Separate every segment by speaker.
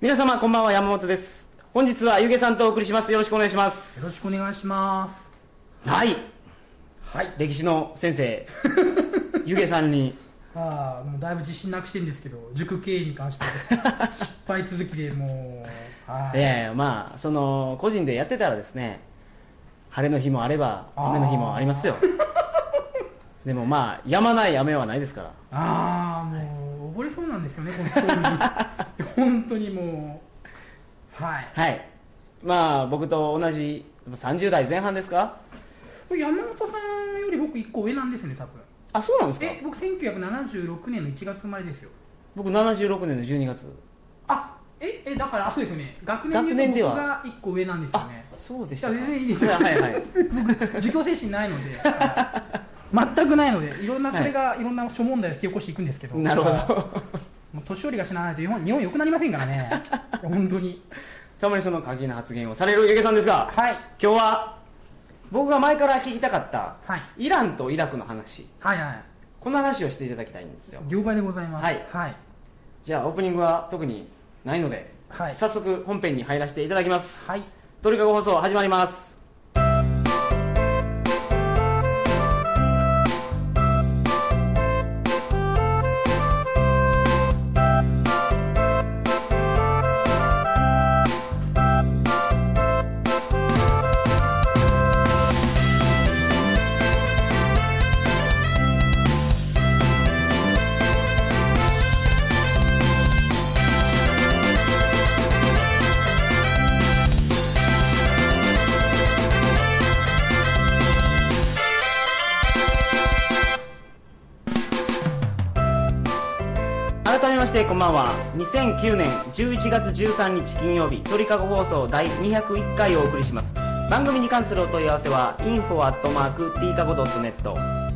Speaker 1: 皆様こんばんは山本です本日はゆげさんとお送りしますよろしくお願いしま
Speaker 2: よろ
Speaker 1: す
Speaker 2: しくお願いします。
Speaker 1: はい
Speaker 2: はい。
Speaker 1: 歴史の先 生ゆげさんに
Speaker 2: ああ、もうだいぶ自信なくしてるんですけど、塾経営に 関して失敗続きでもう、はい。
Speaker 1: ええまあその個人でやってたらですね晴れの日もあれば
Speaker 2: あー
Speaker 1: 雨の日もあり ますよでもまあやまない雨はないですから
Speaker 2: ああ、もう溺れそうなんですけどね、このストーリ ー。本当にもう、はい。
Speaker 1: はいまあ僕と同じ30代前半ですか
Speaker 2: これ山本さんより僕一個上なんですよね、多分。
Speaker 1: あそうなんですか
Speaker 2: え、僕1976年の1月生まれですよ。
Speaker 1: 僕76年の12月
Speaker 2: あ、え、え、だから、あそうですよね。学年で
Speaker 1: 学年で
Speaker 2: 言う
Speaker 1: は
Speaker 2: と僕が一個上なんですよね。
Speaker 1: そうでしたか
Speaker 2: いや全然いい ですよ
Speaker 1: はいはい
Speaker 2: 自教精神ないので全くないのでいろんなそれがいろんな諸問題を引き起こしていくんですけど、
Speaker 1: なるほ
Speaker 2: も
Speaker 1: ど
Speaker 2: う年寄りが死なないと日本日本良くなりませんか らね本当に
Speaker 1: たまにその過激な発言をされるゆげさんですが
Speaker 2: はい
Speaker 1: 今日は僕が前から聞きたかった
Speaker 2: はい
Speaker 1: イランとイラクの話
Speaker 2: はいはい
Speaker 1: この話をしていただきたいんですよ
Speaker 2: 了解でございます
Speaker 1: はい
Speaker 2: はい、
Speaker 1: じゃあオープニングは特にないので、
Speaker 2: はい
Speaker 1: 早速本編に入らせていただきます
Speaker 2: はい
Speaker 1: トリカゴ放送始まります改めましてこんばんは2009年11月13日金曜日トリカゴ放送第201回をお送りします番組に関するお問い合わせは info.tkago.net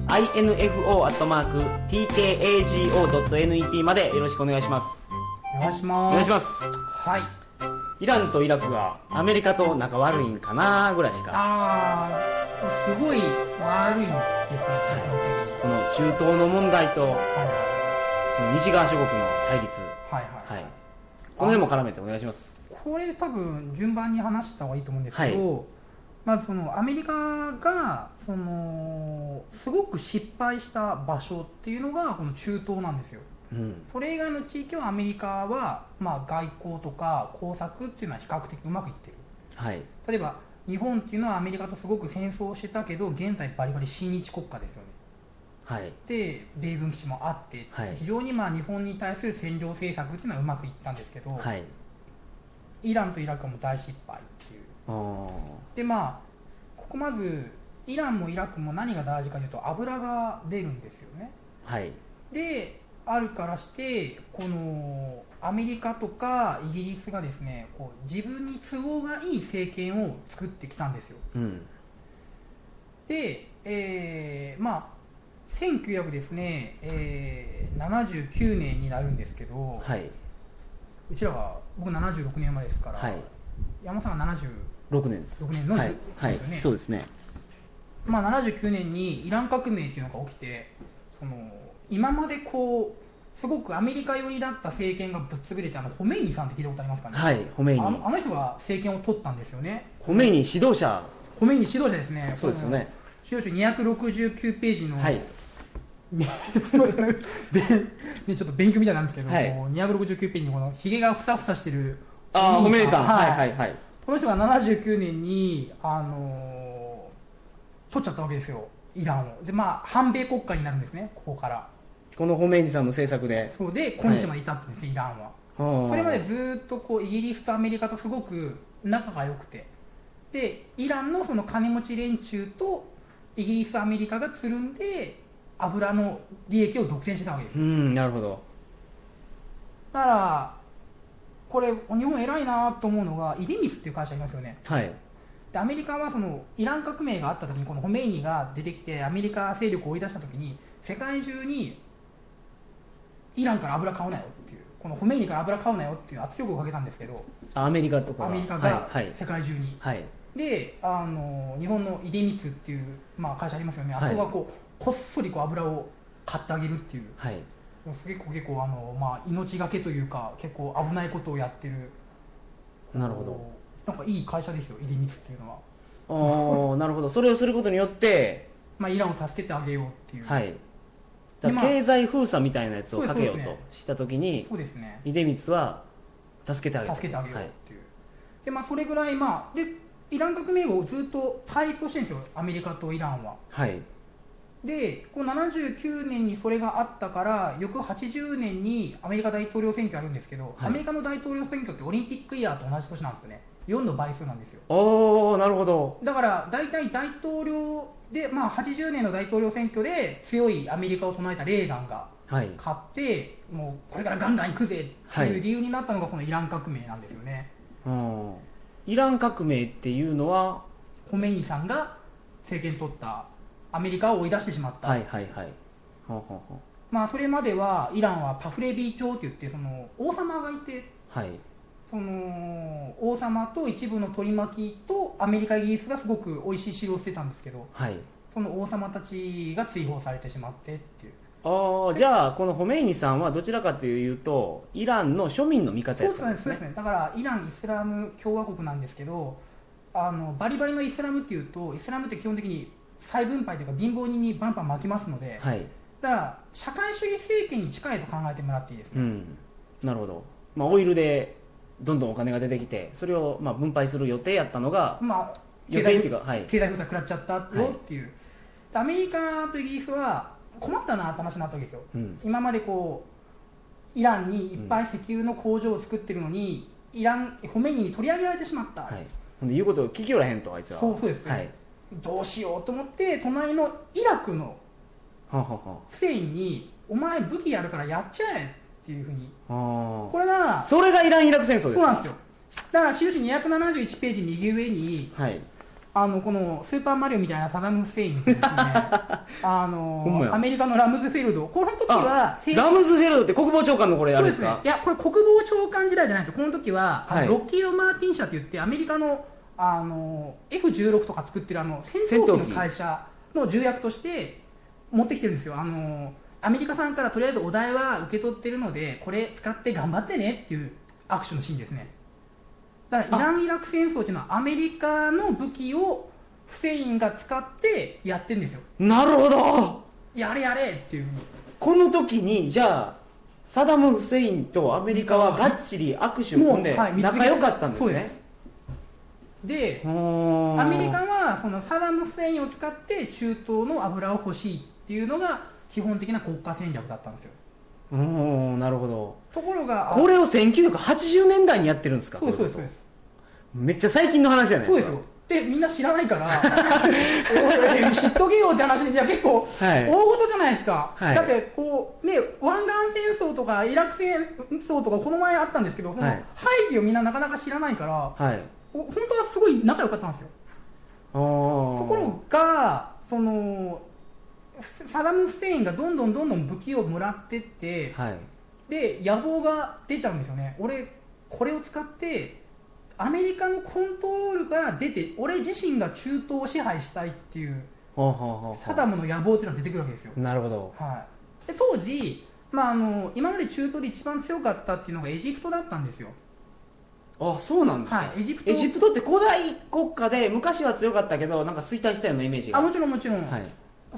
Speaker 1: info.tkago.net までよろしくお願いします
Speaker 2: お願いし
Speaker 1: お
Speaker 2: ます
Speaker 1: 願いします
Speaker 2: はい
Speaker 1: イランとイラクがアメリカと仲悪いんかなぐらいしか
Speaker 2: ああすごい悪いんですね基本的に
Speaker 1: この中東の問題と
Speaker 2: はい
Speaker 1: その西側諸国の対立
Speaker 2: はいはいはい
Speaker 1: はいこの辺も絡めてお願いします
Speaker 2: これ多分順番に話した方がいいと思うんですけど、まずそのアメリカがそのすごく失敗した場所っていうのがこの中東なんですよ
Speaker 1: うん
Speaker 2: それ以外の地域はアメリカはまあ外交とか工作っていうのは比較的うまくいってる
Speaker 1: はい
Speaker 2: 例えば日本っていうのはアメリカとすごく戦争をしてたけど現在バリバリ親日国家ですよね
Speaker 1: はい
Speaker 2: で米軍基地もあって、
Speaker 1: はい
Speaker 2: 非常にまあ日本に対する占領政策っていうのはうまくいったんですけど、
Speaker 1: はい
Speaker 2: イランとイラクはもう大失敗っていう
Speaker 1: あー
Speaker 2: でまあここまずイランもイラクも何が大事かというと油が出るんですよね
Speaker 1: はい
Speaker 2: であるからしてこのアメリカとかイギリスがですねこう自分に都合がいい政権を作ってきたんですよ
Speaker 1: うん
Speaker 2: で、えーまあ1900ですね、えー79年になるんですけど、
Speaker 1: はい、
Speaker 2: うちらは僕76年生まれですから、
Speaker 1: はい、
Speaker 2: 山本さんが70
Speaker 1: 6年です
Speaker 2: 六年の
Speaker 1: はい、はい
Speaker 2: ですよね
Speaker 1: そうですね
Speaker 2: まあ、79年にイラン革命というのが起きてその今までこうすごくアメリカ寄りだった政権がぶっ潰れてあのホメイニさんって聞いたことありますかね、
Speaker 1: はいホメイニ
Speaker 2: あのあの人が政権を取ったんですよね
Speaker 1: ホメイニ指導者
Speaker 2: ホメイニ指導者ですね
Speaker 1: そうですよね
Speaker 2: この資料集269ページの、
Speaker 1: はい
Speaker 2: ねちょっと勉強みたいなんですけど、
Speaker 1: はい
Speaker 2: こう269ページにこのひげがふさふさしてる
Speaker 1: ああホメイニさんはいはいいはい
Speaker 2: この人が79年に、あのー取っちゃったわけですよ、イランを。で、まあ、反米国家になるんですね、ここから。
Speaker 1: このホメイニさんの政策で
Speaker 2: そうで、今日まで至ったんですね、イランは。
Speaker 1: そ
Speaker 2: それまでずっとこうイギリスとアメリカとすごく仲が良くて、で、イランのその金持ち連中とイギリス、アメリカがつるんで、油の利益を独占してたわけです
Speaker 1: う。んなるほど
Speaker 2: だから、これ、日本偉いなと思うのが、イデミスっていう会社いますよね。
Speaker 1: はい
Speaker 2: でアメリカはそのイラン革命があった時にこのホメイニが出てきてアメリカ勢力を追い出した時に世界中にイランから油買うなよっていうこのホメイニから油買うなよっていう圧力をかけたんですけど
Speaker 1: あアメリカとか
Speaker 2: アメリカが
Speaker 1: はいはい
Speaker 2: 世界中に、
Speaker 1: はい
Speaker 2: であの日本の出光っていう、まあ、会社ありますよねあそこがこう、こっそりこう油を買ってあげるっていう
Speaker 1: はい
Speaker 2: もう結構結構あの、まあ、命がけというか結構危ないことをやってる
Speaker 1: なるほ
Speaker 2: なんかいい会社ですよ出光っていうのは、
Speaker 1: どああなるほどそれをすることによって
Speaker 2: まあ、イランを助けてあげようっていう、
Speaker 1: はいだから
Speaker 2: 今
Speaker 1: 経済封鎖みたいなやつをかけよ
Speaker 2: そう
Speaker 1: う
Speaker 2: です
Speaker 1: と
Speaker 2: ね
Speaker 1: した時に
Speaker 2: そうですね
Speaker 1: 出光は助けてあげた
Speaker 2: 助けてあげようっ
Speaker 1: はい
Speaker 2: ていう、でまあそれぐらいまあでイラン革命後ずっと対立をしてるんですよアメリカとイランは
Speaker 1: はい
Speaker 2: でこう79年にそれがあったから翌80年にアメリカ大統領選挙あるんですけど、
Speaker 1: はい
Speaker 2: アメリカの大統領選挙ってオリンピックイヤーと同じ年なんですよね4の倍数なんですよ
Speaker 1: おおなるほど
Speaker 2: だから大体大統領で、まあ、80年の大統領選挙で強いアメリカを唱えたレーガンが
Speaker 1: はい
Speaker 2: 勝ってもうこれからガンガン行くぜって
Speaker 1: はいいう
Speaker 2: 理由になったのがこのイラン革命なんですよね、
Speaker 1: うんイラン革命っていうのは
Speaker 2: ホメイニさんが政権取ったアメリカを追い出してしまった、
Speaker 1: はいはいはいほうほうほう
Speaker 2: まあ、それまではイランはパフレビー朝って言ってその王様がいて
Speaker 1: はい
Speaker 2: その王様と一部の取り巻きとアメリカイギリスがすごく美味しい城を捨てたんですけど
Speaker 1: はい
Speaker 2: その王様たちが追放されてしまってっていう
Speaker 1: ああじゃあこのホメイニさんはどちらかというとイランの庶民の味方
Speaker 2: そ
Speaker 1: や
Speaker 2: う
Speaker 1: っ
Speaker 2: です
Speaker 1: たん
Speaker 2: ね
Speaker 1: で
Speaker 2: そ
Speaker 1: す
Speaker 2: うです
Speaker 1: ね
Speaker 2: ねだからイランイスラム共和国なんですけどあのバリバリのイスラムっていうとイスラムって基本的に再分配というか貧乏人にバンバン巻きますので
Speaker 1: はい
Speaker 2: だから社会主義政権に近いと考えてもらっていいですね、
Speaker 1: うんなるほどまあオイルでどんどんお金が出てきてそれをまあ分配する予定やったのが
Speaker 2: まあ
Speaker 1: 予
Speaker 2: 経
Speaker 1: 定
Speaker 2: 済
Speaker 1: って
Speaker 2: 封
Speaker 1: いうかはい
Speaker 2: 経済封鎖食らっちゃったよっていう、でアメリカとイギリスは困ったなって話になったわけですよ
Speaker 1: うん
Speaker 2: 今までこうイランにいっぱい石油の工場を作ってるのに、イランホメイニに取り上げられてしまった、
Speaker 1: はいほんで言うことを聞きよらへんとあいつらは
Speaker 2: そうそうですね
Speaker 1: はい
Speaker 2: どうしようと思って隣のイラクの
Speaker 1: ははは
Speaker 2: フセインに「お前武器やるからやっちゃえ」っていうふうに
Speaker 1: あ
Speaker 2: これ
Speaker 1: あ
Speaker 2: が
Speaker 1: それがイラン・イラク戦争
Speaker 2: そ
Speaker 1: です
Speaker 2: うなん
Speaker 1: か
Speaker 2: ですよだから終始271ページ右上に
Speaker 1: はい
Speaker 2: あのこの「スーパーマリオ」みたいなサダム・フセインってですね あ
Speaker 1: ほんま
Speaker 2: の
Speaker 1: や
Speaker 2: アメリカのラムズフェルドこの時は
Speaker 1: あ
Speaker 2: 政
Speaker 1: ラムズフェルドって国防長官のこれあ
Speaker 2: そう
Speaker 1: れです
Speaker 2: で
Speaker 1: す
Speaker 2: ね
Speaker 1: か
Speaker 2: いやこれ国防長官時代じゃないんですよこの時は、あの
Speaker 1: はい
Speaker 2: ロッキード・マーティン社といってアメリカのあの F16 とか作ってるあの戦
Speaker 1: 戦闘
Speaker 2: 闘
Speaker 1: 機
Speaker 2: 機の会社の重役として持ってきてるんですよあのアメリカさんからとりあえずお題は受け取ってるのでこれ使って頑張ってねっていうアクションのシーンですねだからイラン・イラク戦争っていうのはアメリカの武器をフセインが使ってやってるんですよ
Speaker 1: なるほど
Speaker 2: やれやれっていう
Speaker 1: この時にじゃあサダム・フセインとアメリカはがっちり握手を組んで
Speaker 2: もうはい
Speaker 1: 仲良かったんです
Speaker 2: そうで
Speaker 1: ね
Speaker 2: すで
Speaker 1: ア
Speaker 2: アメリカはそのサダム・フセインを使って中東の油を欲しいっていうのが基本的な国家戦略だったんですよ
Speaker 1: おーなるほど
Speaker 2: ところがあ
Speaker 1: これを1980年代にやってるんですか
Speaker 2: そうですそうで
Speaker 1: こ
Speaker 2: すそう
Speaker 1: れ
Speaker 2: です
Speaker 1: めっちゃ最近の話じゃない
Speaker 2: そう
Speaker 1: で
Speaker 2: ですす
Speaker 1: か
Speaker 2: よでみんな知らないからおいおい知っとけよって話でいや結構
Speaker 1: はい
Speaker 2: 大事じゃないですか、
Speaker 1: はい
Speaker 2: だってこうね湾岸戦争とかイラク戦争とかこの前あったんですけどその
Speaker 1: はい
Speaker 2: 背景をみんななかなか知らないから、
Speaker 1: はい
Speaker 2: お本当はすごい仲良かったんですよ
Speaker 1: と
Speaker 2: と
Speaker 1: こ
Speaker 2: ころがそのサダム・フセインがどんどんどんどん武器をもらってって
Speaker 1: はい
Speaker 2: で野望が出ちゃうんですよね俺これを使ってアメリカのコントロールが出て俺自身が中東を支配したいっていう
Speaker 1: ほうほうほうほ
Speaker 2: サダムの野望っていうのが出てくるわけですよ、
Speaker 1: うなるほど
Speaker 2: はい、で当時、まあ、あの今まで中東で一番強かったっていうのがエジプトだったんですよ、
Speaker 1: あそうなんですか、
Speaker 2: はい、エジプト
Speaker 1: エジプトって古代国家で昔は強かったけどなんか衰退したようなイメージが
Speaker 2: あもちろんもちろん、
Speaker 1: はい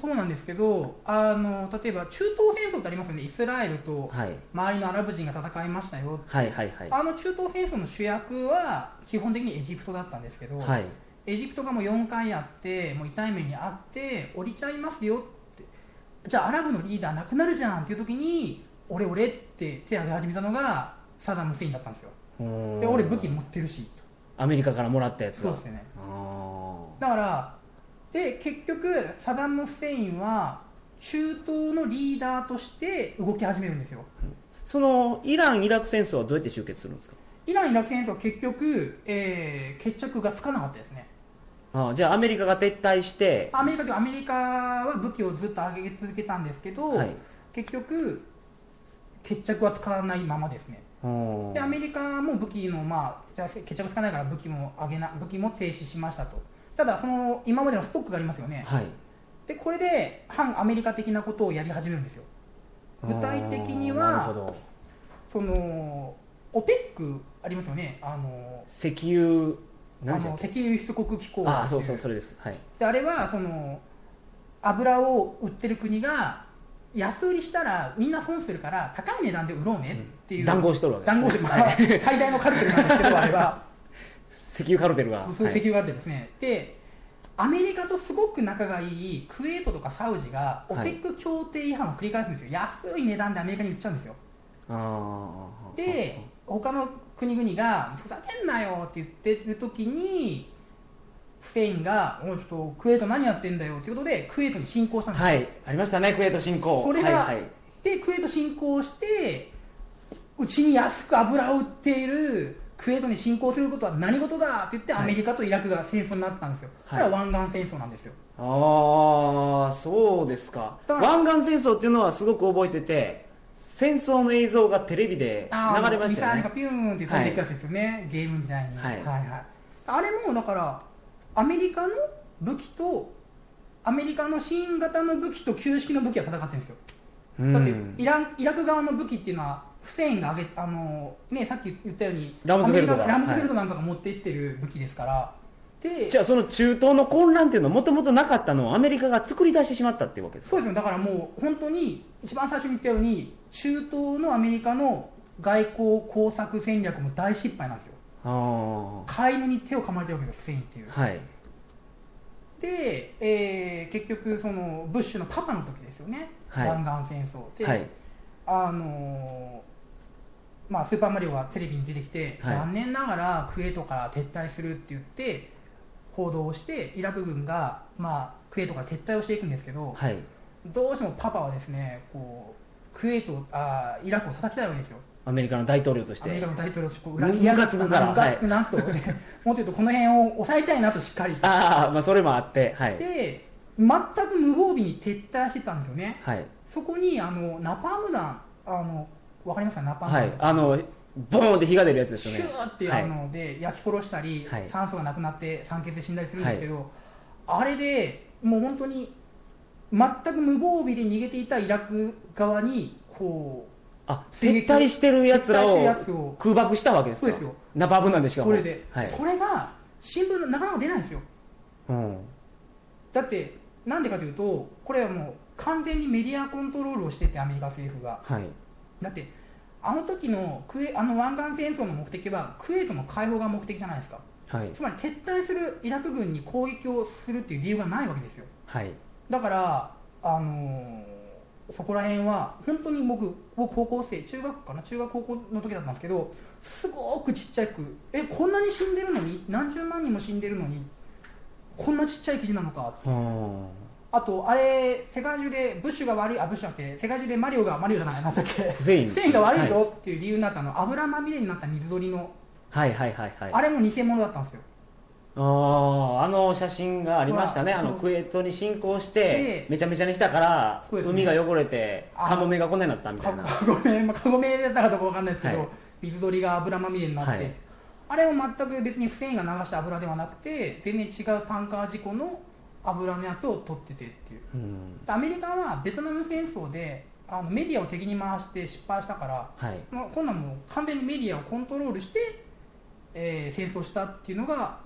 Speaker 2: そうなんですけどあの例えば中東戦争ってありますよねイスラエルと
Speaker 1: はい
Speaker 2: 周りのアラブ人が戦いましたよ、
Speaker 1: はいはいはい
Speaker 2: あの中東戦争の主役は基本的にエジプトだったんですけど、
Speaker 1: はい
Speaker 2: エジプトがもう4回あってもう痛い目にあって降りちゃいますよってじゃあアラブのリーダーなくなるじゃんっていう時に俺俺って手を挙げ始めたのがサダム・フセインだったんですよで
Speaker 1: で
Speaker 2: 俺武器持ってるしと
Speaker 1: アメリカからもらったやつ
Speaker 2: そう
Speaker 1: が
Speaker 2: ですよね
Speaker 1: あー
Speaker 2: だからで結局サダム・フセインは中東のリーダーとして動き始めるんですよ
Speaker 1: そのイラン・イラク戦争はどうやって終結するんですか
Speaker 2: イラン・イラク戦争は結局、えー決着がつかなかったですね
Speaker 1: あーじゃあアメリカが撤退して
Speaker 2: アメリカとアメリカは武器をずっと上げ続けたんですけど、
Speaker 1: はい
Speaker 2: 結局決着はつかないままですね
Speaker 1: お
Speaker 2: でア
Speaker 1: ー
Speaker 2: メリカも武器のまあじゃあ決着つかないから武器も上げな武器も停止しましたとただその今までのストックがありますよね
Speaker 1: はい
Speaker 2: でこれで反アメリカ的なことをやり始めるんですよ具体的に
Speaker 1: うんなるほ
Speaker 2: は
Speaker 1: ど
Speaker 2: その OPEC ありますよねあの
Speaker 1: 石油
Speaker 2: あ
Speaker 1: 何
Speaker 2: の
Speaker 1: でしたっ
Speaker 2: 石
Speaker 1: け
Speaker 2: 油輸出国機構
Speaker 1: ああそうそう
Speaker 2: ってい
Speaker 1: それですはい
Speaker 2: であれはその油を売ってる国が安売りしたらみんな損するから高い値段で売ろうねっていう、
Speaker 1: 談合しとるわけですね
Speaker 2: 談合してますね 最大のカルテルなんですけどあれは
Speaker 1: 石油カルテルが
Speaker 2: そうそう
Speaker 1: はい
Speaker 2: 石油があってですね、でアメリカとすごく仲がいいクウェートとかサウジが
Speaker 1: はい
Speaker 2: OPEC 協定違反を繰り返すんですよ、安い値段でアメリカに売っちゃうんですよ
Speaker 1: あー
Speaker 2: で他の国々が「ふざけんなよ」って言ってる時にフセインが「おいちょっとクウェート何やってんだよ」ということでクウェートに侵攻したんです、
Speaker 1: はいありましたねクウェート侵攻
Speaker 2: それが
Speaker 1: はいはい
Speaker 2: でクウェート侵攻してうちに安く油を売っているクウェートに侵攻することは何事だって言って
Speaker 1: はい
Speaker 2: アメリカとイラクが戦争になったんですよ、
Speaker 1: はい
Speaker 2: これは湾岸戦争なんですよ
Speaker 1: ああそうですか
Speaker 2: だから
Speaker 1: 湾岸戦争っていうのはすごく覚えてて戦争の映像がテレビで
Speaker 2: あー
Speaker 1: 流れましたよ
Speaker 2: ミサイルが
Speaker 1: ね
Speaker 2: ピューンって飛んでいくやつですよね、ゲームみたいに、
Speaker 1: はい
Speaker 2: はいあれもだからアメリカの武器とアメリカの新型の武器と旧式の武器が戦ってるんですよ、だっ
Speaker 1: う
Speaker 2: て
Speaker 1: ん
Speaker 2: イランイラク側の武器っていうのはフセインが上げあの、ね、さっき言ったように
Speaker 1: ラムズフェルドが
Speaker 2: アメリカラムズフェルドなんかが持っていってる武器ですから、で
Speaker 1: じゃあその中東の混乱っていうのはもともとなかったのをアメリカが作り出してしまったっていうわけですか
Speaker 2: そうですよだからもう本当に一番最初に言ったように中東のアメリカの外交工作戦略も大失敗なんですよ
Speaker 1: ああ
Speaker 2: 飼い犬に手を噛まれてるわけですよフセインっていう
Speaker 1: はい
Speaker 2: で、えー結局そのブッシュのパパの時ですよね、
Speaker 1: はい
Speaker 2: 湾岸戦争で、
Speaker 1: はい
Speaker 2: あのーまあ、スーパーマリオがテレビに出てきて、
Speaker 1: はい
Speaker 2: 残念ながらクウェートから撤退するって言って報道をしてイラク軍が、まあ、クウェートから撤退をしていくんですけど
Speaker 1: はい
Speaker 2: どうしてもパパはですねこうクウェートあーイラクを叩きたいわけですよ
Speaker 1: アメリカの大統領とし
Speaker 2: アメリカ
Speaker 1: て
Speaker 2: の大統領としてこう裏切りやが
Speaker 1: ム
Speaker 2: っ
Speaker 1: カつ
Speaker 2: た
Speaker 1: くから
Speaker 2: ムカつくなと、で もっと言うとこの辺を抑えたいなとしっかりと
Speaker 1: ああまあそれもあってはい
Speaker 2: で全く無防備に撤退してたんですよね
Speaker 1: はい
Speaker 2: そこにあのナパーム弾あのわかりますかナパーム
Speaker 1: は
Speaker 2: 弾、
Speaker 1: いあのボーンって火が出るやつです
Speaker 2: シ
Speaker 1: よ
Speaker 2: ュ
Speaker 1: ね
Speaker 2: ーって
Speaker 1: は
Speaker 2: や
Speaker 1: い
Speaker 2: るので焼き殺したり、
Speaker 1: はい
Speaker 2: 酸素がなくなって酸欠で死んだりするんですけど、あれでもう本当に全く無防備で逃げていたイラク側にこ
Speaker 1: あ撤退してる
Speaker 2: う
Speaker 1: やつら
Speaker 2: 撤退してるや
Speaker 1: を
Speaker 2: つを
Speaker 1: 空爆したわけですか
Speaker 2: そうですよ
Speaker 1: ナパブなんでしかも
Speaker 2: それで、
Speaker 1: はい
Speaker 2: それが新聞のなかなか出ないんですよ
Speaker 1: うん
Speaker 2: だってなんでかというとこれはもう完全にメディアコントロールをしててアメリカ政府が
Speaker 1: はい
Speaker 2: だってあの時のクエあの湾岸戦争の目的はクウェートの解放が目的じゃないですか
Speaker 1: はい
Speaker 2: つまり撤退するイラク軍に攻撃をするっていう理由がないわけですよ
Speaker 1: はい
Speaker 2: だから、あのーそこら辺は本当に僕僕高校生中学かな中学高校の時だったんですけどすごくちっちゃくえこんなに死んでるのに何十万人も死んでるのにこんなちっちゃい記事なのか
Speaker 1: うん
Speaker 2: あとあれ世界中でブッシュが悪いあブッシュじゃなくて世界中でマリオがマリオじゃないなんだっけ
Speaker 1: フセイン
Speaker 2: フセインが悪いぞっていう理由になったの、油まみれになった水鳥の、
Speaker 1: はいはいはいはい
Speaker 2: あ
Speaker 1: あ
Speaker 2: れも偽物だったんですよ
Speaker 1: ああの写真がありましたね
Speaker 2: ほ
Speaker 1: あ
Speaker 2: ら
Speaker 1: のクエートに侵攻し
Speaker 2: で
Speaker 1: てめちゃめちゃにしたから
Speaker 2: そうですね
Speaker 1: 海が汚れて
Speaker 2: あ
Speaker 1: カモメがこんなになったみた
Speaker 2: か
Speaker 1: いな
Speaker 2: ごめん、まあ、かごめだったかどうかわかんないですけど、
Speaker 1: はい
Speaker 2: 水鳥が油まみれになって、
Speaker 1: はい
Speaker 2: あれも全く別にフセインが流した油ではなくて全然違うタンカー事故の油のやつを取っててっていう
Speaker 1: うん
Speaker 2: でアメリカはベトナム戦争であのメディアを敵に回して失敗したから、
Speaker 1: はい
Speaker 2: まあ、こんなんもう完全にメディアをコントロールして、えー戦争したっていうのが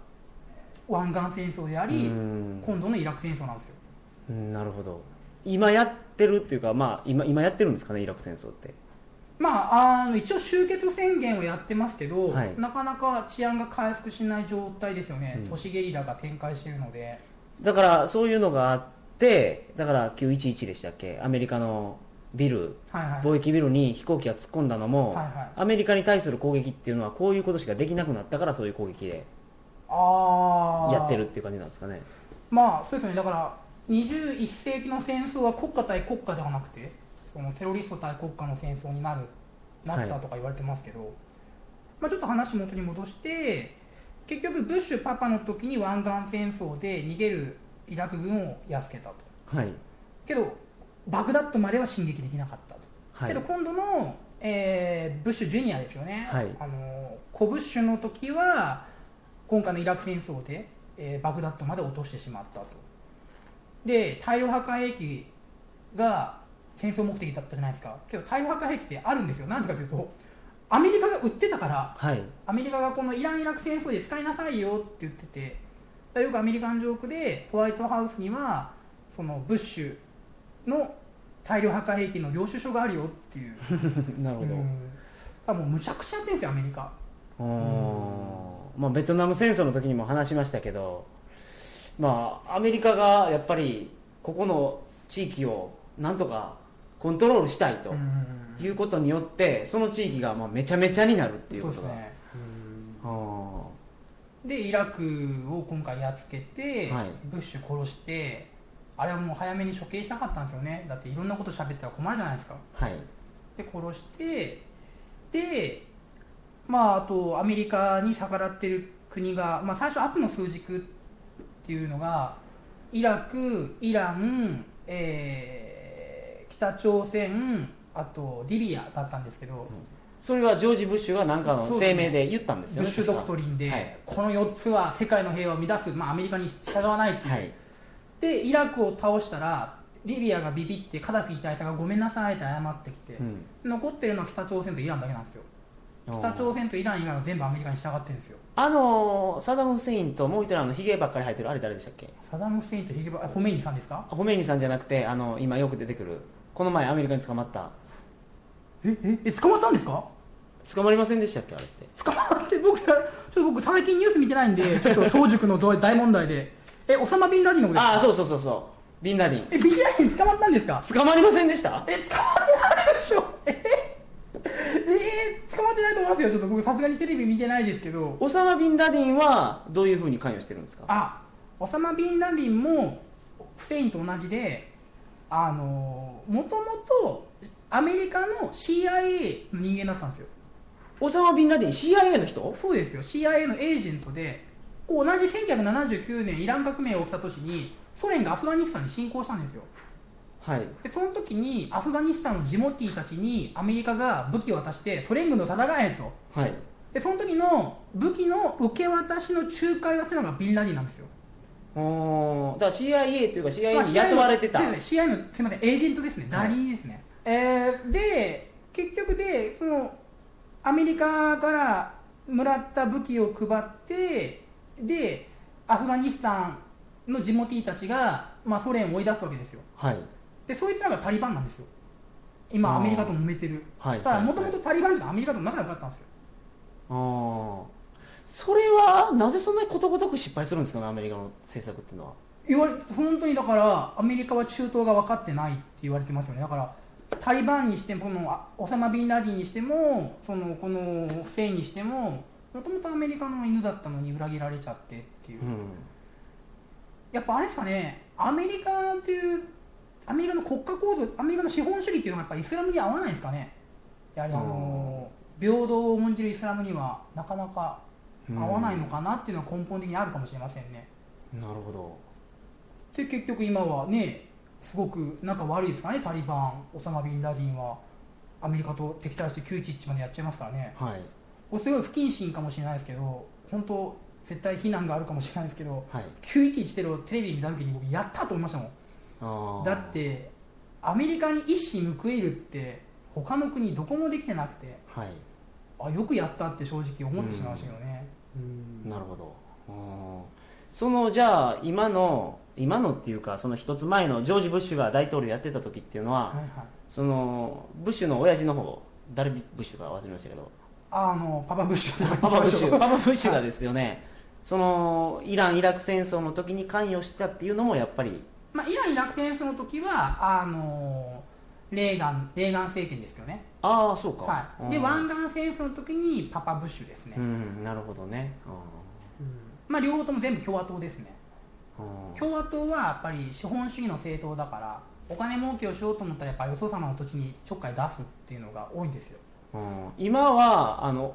Speaker 2: 湾岸戦争であり、
Speaker 1: うん
Speaker 2: 今度のイラク戦争なんですよ
Speaker 1: うんなるほど今やってるっていうかまあ今今やってるんですかねイラク戦争って
Speaker 2: まあ、あの一応、終結宣言をやってますけど、
Speaker 1: はい
Speaker 2: なかなか治安が回復しない状態ですよね、
Speaker 1: うん
Speaker 2: 都市ゲリラが展開しているので、
Speaker 1: だからそういうのがあってだから911でしたっけアメリカのビル
Speaker 2: はいはい、
Speaker 1: 貿易ビルに飛行機が突っ込んだのも、
Speaker 2: はいはい
Speaker 1: アメリカに対する攻撃っていうのはこういうことしかできなくなったからそういう攻撃で
Speaker 2: あー
Speaker 1: やってるっていう感じなんですかね
Speaker 2: まあ、そうですよね、だから21世紀の戦争は国家対国家ではなくて、そのテロリスト対国家の戦争になるなったとか言われてますけど、まあ、ちょっと話元に戻して、結局、ブッシュパパの時に湾岸戦争で逃げるイラク軍をやっつけたと。
Speaker 1: はい
Speaker 2: けどバグダッドまでは進撃できなかったと、
Speaker 1: はい
Speaker 2: けど今度の、えーブッシュジュニアですよね、
Speaker 1: はい
Speaker 2: あの小ブッシュの時は今回のイラク戦争で、えーバグダッドまで落としてしまったとで大量破壊兵器が戦争目的だったじゃないですかけど大量破壊兵器ってあるんですよなんでかというとアメリカが売ってたから
Speaker 1: はい
Speaker 2: アメリカがこのイラン・イラク戦争で使いなさいよって言っててだからよくアメリカンジョークでホワイトハウスにはそのブッシュの大量破壊兵器の領収書があるよっていう、
Speaker 1: なる
Speaker 2: うん、だからもうむちゃくちゃやってるんですよアメリカ
Speaker 1: ほど、うんまあ、ベトナム戦争の時にも話しましたけどまあアメリカがやっぱりここの地域をなんとかコントロールしたいと
Speaker 2: うん
Speaker 1: いうことによってその地域がまあめちゃめちゃになるっていう
Speaker 2: そう
Speaker 1: こ
Speaker 2: で
Speaker 1: と
Speaker 2: す
Speaker 1: が
Speaker 2: ね
Speaker 1: あー
Speaker 2: でイラクを今回やっつけて、
Speaker 1: はい
Speaker 2: ブッシュ殺してあれはもう早めに処刑したかったんですよねだっていろんなこと喋ったら困るじゃないですか
Speaker 1: はい
Speaker 2: で殺してでまああとアメリカに逆らってる国が、まあ、最初悪の数軸っていうのがイラクイラン、えー北朝鮮あとリビアだったんですけど、
Speaker 1: それはジョージ・ブッシュが何かの
Speaker 2: そうで
Speaker 1: 声
Speaker 2: すね
Speaker 1: 明で言ったんですよ
Speaker 2: ブッ
Speaker 1: ね
Speaker 2: シュドクトリンで、
Speaker 1: はい
Speaker 2: この4つは世界の平和を乱す、まあ、アメリカに従わないっていう、
Speaker 1: はい
Speaker 2: でイラクを倒したらリビアがビビってカダフィ大佐がごめんなさいって謝ってきて、
Speaker 1: うん
Speaker 2: 残ってるのは北朝鮮とイランだけなんですよ北朝鮮とイラン以外は全部アメリカに従ってるんですよ
Speaker 1: あのサダム・フセインともう一人あのヒゲばっかり生えてるあれ誰でしたっけ
Speaker 2: サダム・フセインとヒゲバあホメイニさんですか
Speaker 1: ホメイニさんじゃなくてあの今よく出てくるこの前アメリカに捕まった
Speaker 2: えええ捕まったんですか
Speaker 1: 捕まりませんでしたっけあれって
Speaker 2: 捕まって僕ちょっと僕最近ニュース見てないんでちょっと当塾のどう大問題でえオサマ・ビンラディンのことです
Speaker 1: あ
Speaker 2: か
Speaker 1: あそうそうそうそうビンラディン
Speaker 2: えビンラディン捕まったんですか
Speaker 1: 捕まりませんでした
Speaker 2: え、捕まってないでしょええー捕まってないと思いますよ。ちょっと僕さすがにテレビ見てないですけど。
Speaker 1: オサマ・ビンラディンはどういうふうに関与してるんですか
Speaker 2: あ、オサマ・ビンラディンもフセインと同じで、あのー、もともとアメリカの CIA の人間だったんですよ。
Speaker 1: オサマ・ビンラディン CIA の人
Speaker 2: そうですよ。CIA のエージェントで、こう同じ1979年イラン革命が起きた年に、ソ連がアフガニスタンに侵攻したんですよ。
Speaker 1: はい
Speaker 2: でその時にアフガニスタンのジモティたちにアメリカが武器を渡してソ連軍と戦えと
Speaker 1: はい
Speaker 2: でその時の武器の受け渡しの仲介をやってたのがビンラディンなんですよ。
Speaker 1: おーだから CIA というか
Speaker 2: ま
Speaker 1: CIA
Speaker 2: あ
Speaker 1: に雇われてた、
Speaker 2: CIA のすみませんエージェントですね、
Speaker 1: はい
Speaker 2: 代理人ですね。えーで、結局でそのアメリカからもらった武器を配ってでアフガニスタンのジモティーたちが、まあ、ソ連を追い出すわけですよ。
Speaker 1: はい
Speaker 2: でそいつらがタリバンなんですよ。今アメリカと揉めてる。
Speaker 1: はい
Speaker 2: だからもとも
Speaker 1: はい
Speaker 2: とタリバン人とアメリカと仲良かったんですよ。
Speaker 1: あーそれはなぜそんなにことごとく失敗するんですかねアメリカの政策っていうのは
Speaker 2: 言われ本当にだからアメリカは中東が分かってないって言われてますよねだからタリバンにしてもそのあオサマ・ビンラディンにしてもそのこのフセインにしてももともとアメリカの犬だったのに裏切られちゃってっていう、
Speaker 1: うん
Speaker 2: やっぱあれですかねアメリカっていうアメリカの国家構造アメリカの資本主義っていうのがやっぱイスラムに合わないんですかねやはりあの平等を重んじるイスラムにはなかなか合わないのかなっていうのは根本的にあるかもしれませんね、
Speaker 1: なるほど
Speaker 2: で結局今はねすごく仲悪いですからねタリバンオサマ・ビンラディンはアメリカと敵対して911までやっちゃいますからね
Speaker 1: はい
Speaker 2: これすごい不謹慎かもしれないですけど本当絶対非難があるかもしれないですけど
Speaker 1: はい
Speaker 2: 911テロをテレビ見た時に僕やったと思いましたも
Speaker 1: あー
Speaker 2: んだってアメリカに一矢報いるって他の国どこもできてなくて
Speaker 1: はい
Speaker 2: あよくやったって正直思ってしまいましたけどね、
Speaker 1: なるほどうんそのじゃあ今の今のっていうかその一つ前のジョージ・ブッシュが大統領やってた時っていうのは、
Speaker 2: はいはい
Speaker 1: そのブッシュの親父の方ダルビブッシュか忘れましたけど
Speaker 2: あの パパブッシュ
Speaker 1: パパブッシュパパブッシュがですよねそのイラン・イラク戦争の時に関与してたっていうのもやっぱり
Speaker 2: まあ、イラン・イラク戦争の時はあのレーガンレーガン政権ですよね、
Speaker 1: ああそうか、
Speaker 2: はい、
Speaker 1: う
Speaker 2: で
Speaker 1: ん
Speaker 2: 湾岸戦争の時にパパブッシュですね、
Speaker 1: うんなるほどね
Speaker 2: まあ、両方とも全部共和党ですね
Speaker 1: うんうん
Speaker 2: 共和党はやっぱり資本主義の政党だからお金儲けをしようと思ったらやっぱよそ様の土地にちょっかい出すっていうのが多いんですよ
Speaker 1: うん今はあの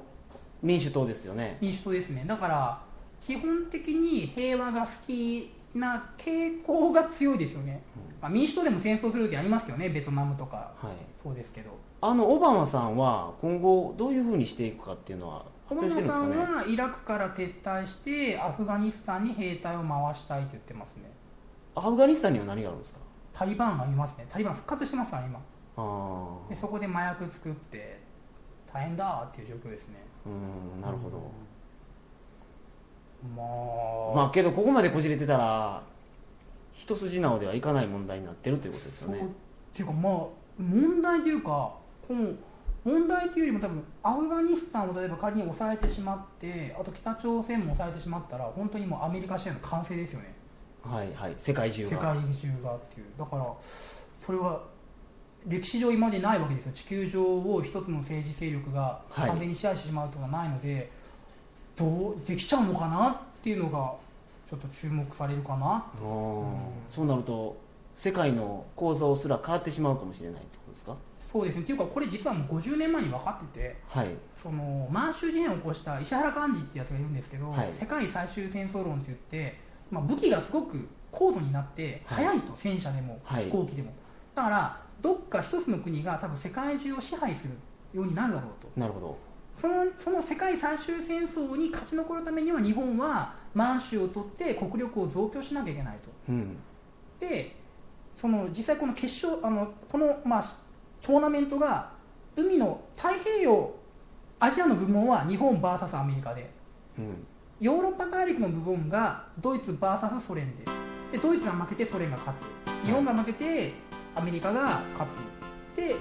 Speaker 1: 民主党ですよね
Speaker 2: 民主党ですねだから基本的に平和が好きな傾向が強いですよね、まあ、民主党でも戦争する時ありますけどねベトナムとか
Speaker 1: はい
Speaker 2: そうですけど
Speaker 1: あのオバマさんは今後どういうふうにしていくかっていうのは
Speaker 2: オ
Speaker 1: 発
Speaker 2: バ
Speaker 1: 表して
Speaker 2: マ
Speaker 1: るんです
Speaker 2: さ
Speaker 1: か
Speaker 2: ん
Speaker 1: ね
Speaker 2: はイラクから撤退してアフガニスタンに兵隊を回したいと言ってますね
Speaker 1: アフガニスタンには何があるんですか
Speaker 2: タリバンがいますねタリバン復活してますから今
Speaker 1: あ
Speaker 2: でそこで麻薬作って大変だっていう状況ですね
Speaker 1: あうんなるほど、
Speaker 2: ま
Speaker 1: ま
Speaker 2: あ、
Speaker 1: あけどここまでこじれてたら一筋縄ではいかない問題になってるということです
Speaker 2: そう
Speaker 1: よね
Speaker 2: っていうかまあ問題というかこの問題というよりも多分アフガニスタンを例えば仮に抑えてしまってあと北朝鮮も抑えてしまったら本当にもうアメリカ支援の完成ですよね
Speaker 1: はいはい世界中
Speaker 2: 世
Speaker 1: が
Speaker 2: 界中がっていうだからそれは歴史上今までないわけですよ地球上を一つの政治勢力が
Speaker 1: はい
Speaker 2: 完全に支配してしまうとかないので、どうできちゃうのかなっていうのがちょっと注目されるかな
Speaker 1: あーそうなると世界の構造すら変わってしまうかもしれないってことですか
Speaker 2: そうですねっていうかこれ実はもう50年前に分かってて
Speaker 1: はい
Speaker 2: その満州事変を起こした石原幹事ってやつがいるんですけど、
Speaker 1: はい
Speaker 2: 世界最終戦争論って言って、まあ、武器がすごく高度になって
Speaker 1: はい
Speaker 2: 速いと、戦車でも
Speaker 1: はい
Speaker 2: 飛行機でも、だからどっか一つの国が多分世界中を支配するようになるだろうと
Speaker 1: なるほど
Speaker 2: そのその世界最終戦争に勝ち残るためには日本は満州を取って国力を増強しなきゃいけないと
Speaker 1: うん
Speaker 2: でその実際この決勝あのこの、まあ、トーナメントが海の太平洋アジアの部門は日本 VS アメリカで
Speaker 1: うん
Speaker 2: ヨーロッパ大陸の部分がドイツ VS ソ連ででドイツが負けてソ連が勝つ日本が負けてアメリカが勝つで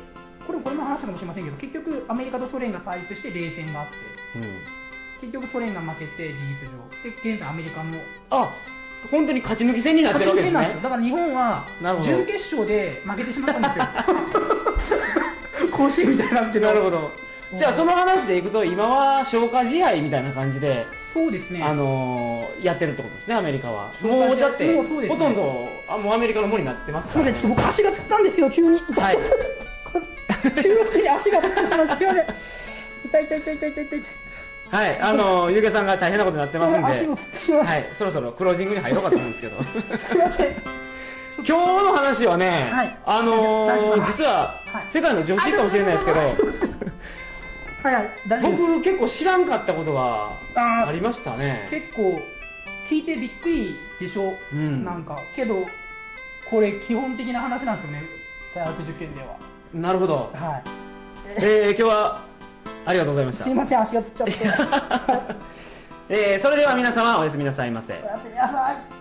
Speaker 2: これこれも話したかもしれませんけど結局アメリカとソ連が対立して冷戦があって
Speaker 1: うん
Speaker 2: 結局ソ連が負けて事実上で現在アメリカの
Speaker 1: あ本当に勝ち抜き戦になってるわけです
Speaker 2: 勝ち抜けなん
Speaker 1: ね
Speaker 2: よだから日本は
Speaker 1: なるほど
Speaker 2: 準決勝で負けてしまったんで すよ甲子園みたいになって
Speaker 1: なる
Speaker 2: ど
Speaker 1: ほどじゃあその話でいくと今は消化試合みたいな感じで、
Speaker 2: そうですね
Speaker 1: あのーやってるってことですねアメリカは
Speaker 2: 消化試合
Speaker 1: もうだって
Speaker 2: もうそうですね
Speaker 1: ほとんどあもうアメリカのものになってます
Speaker 2: す
Speaker 1: か
Speaker 2: いま
Speaker 1: ら
Speaker 2: せんちょっと僕足がつったんですよ急に痛
Speaker 1: はい
Speaker 2: 収録中に足がつってしまってすいません痛い痛い痛い痛い痛い痛い
Speaker 1: はい、あのゆうげさんが大変なことになってますんで、
Speaker 2: 足をつってしまいまし
Speaker 1: はい、そろそろクロージングに入ろうかと思うんですけ ど、
Speaker 2: たすいません
Speaker 1: 今日の話はね、
Speaker 2: はい
Speaker 1: あの
Speaker 2: 大丈夫
Speaker 1: ー、実は
Speaker 2: はい
Speaker 1: 世界の常識かもしれないですけど、
Speaker 2: はいはい大丈夫です
Speaker 1: 僕結構知らんかったことが
Speaker 2: あ
Speaker 1: ありました
Speaker 2: ー
Speaker 1: ね。
Speaker 2: 結構聞いてびっくりでしょ
Speaker 1: うん、
Speaker 2: なんかけどこれ基本的な話なんですよね大学受験では
Speaker 1: なるほど。
Speaker 2: はい
Speaker 1: えー、今日はありがとうございました
Speaker 2: すい。ません足がつっちゃってはい
Speaker 1: えー、それでは皆様おやすみなさいませ。
Speaker 2: おやすみなさい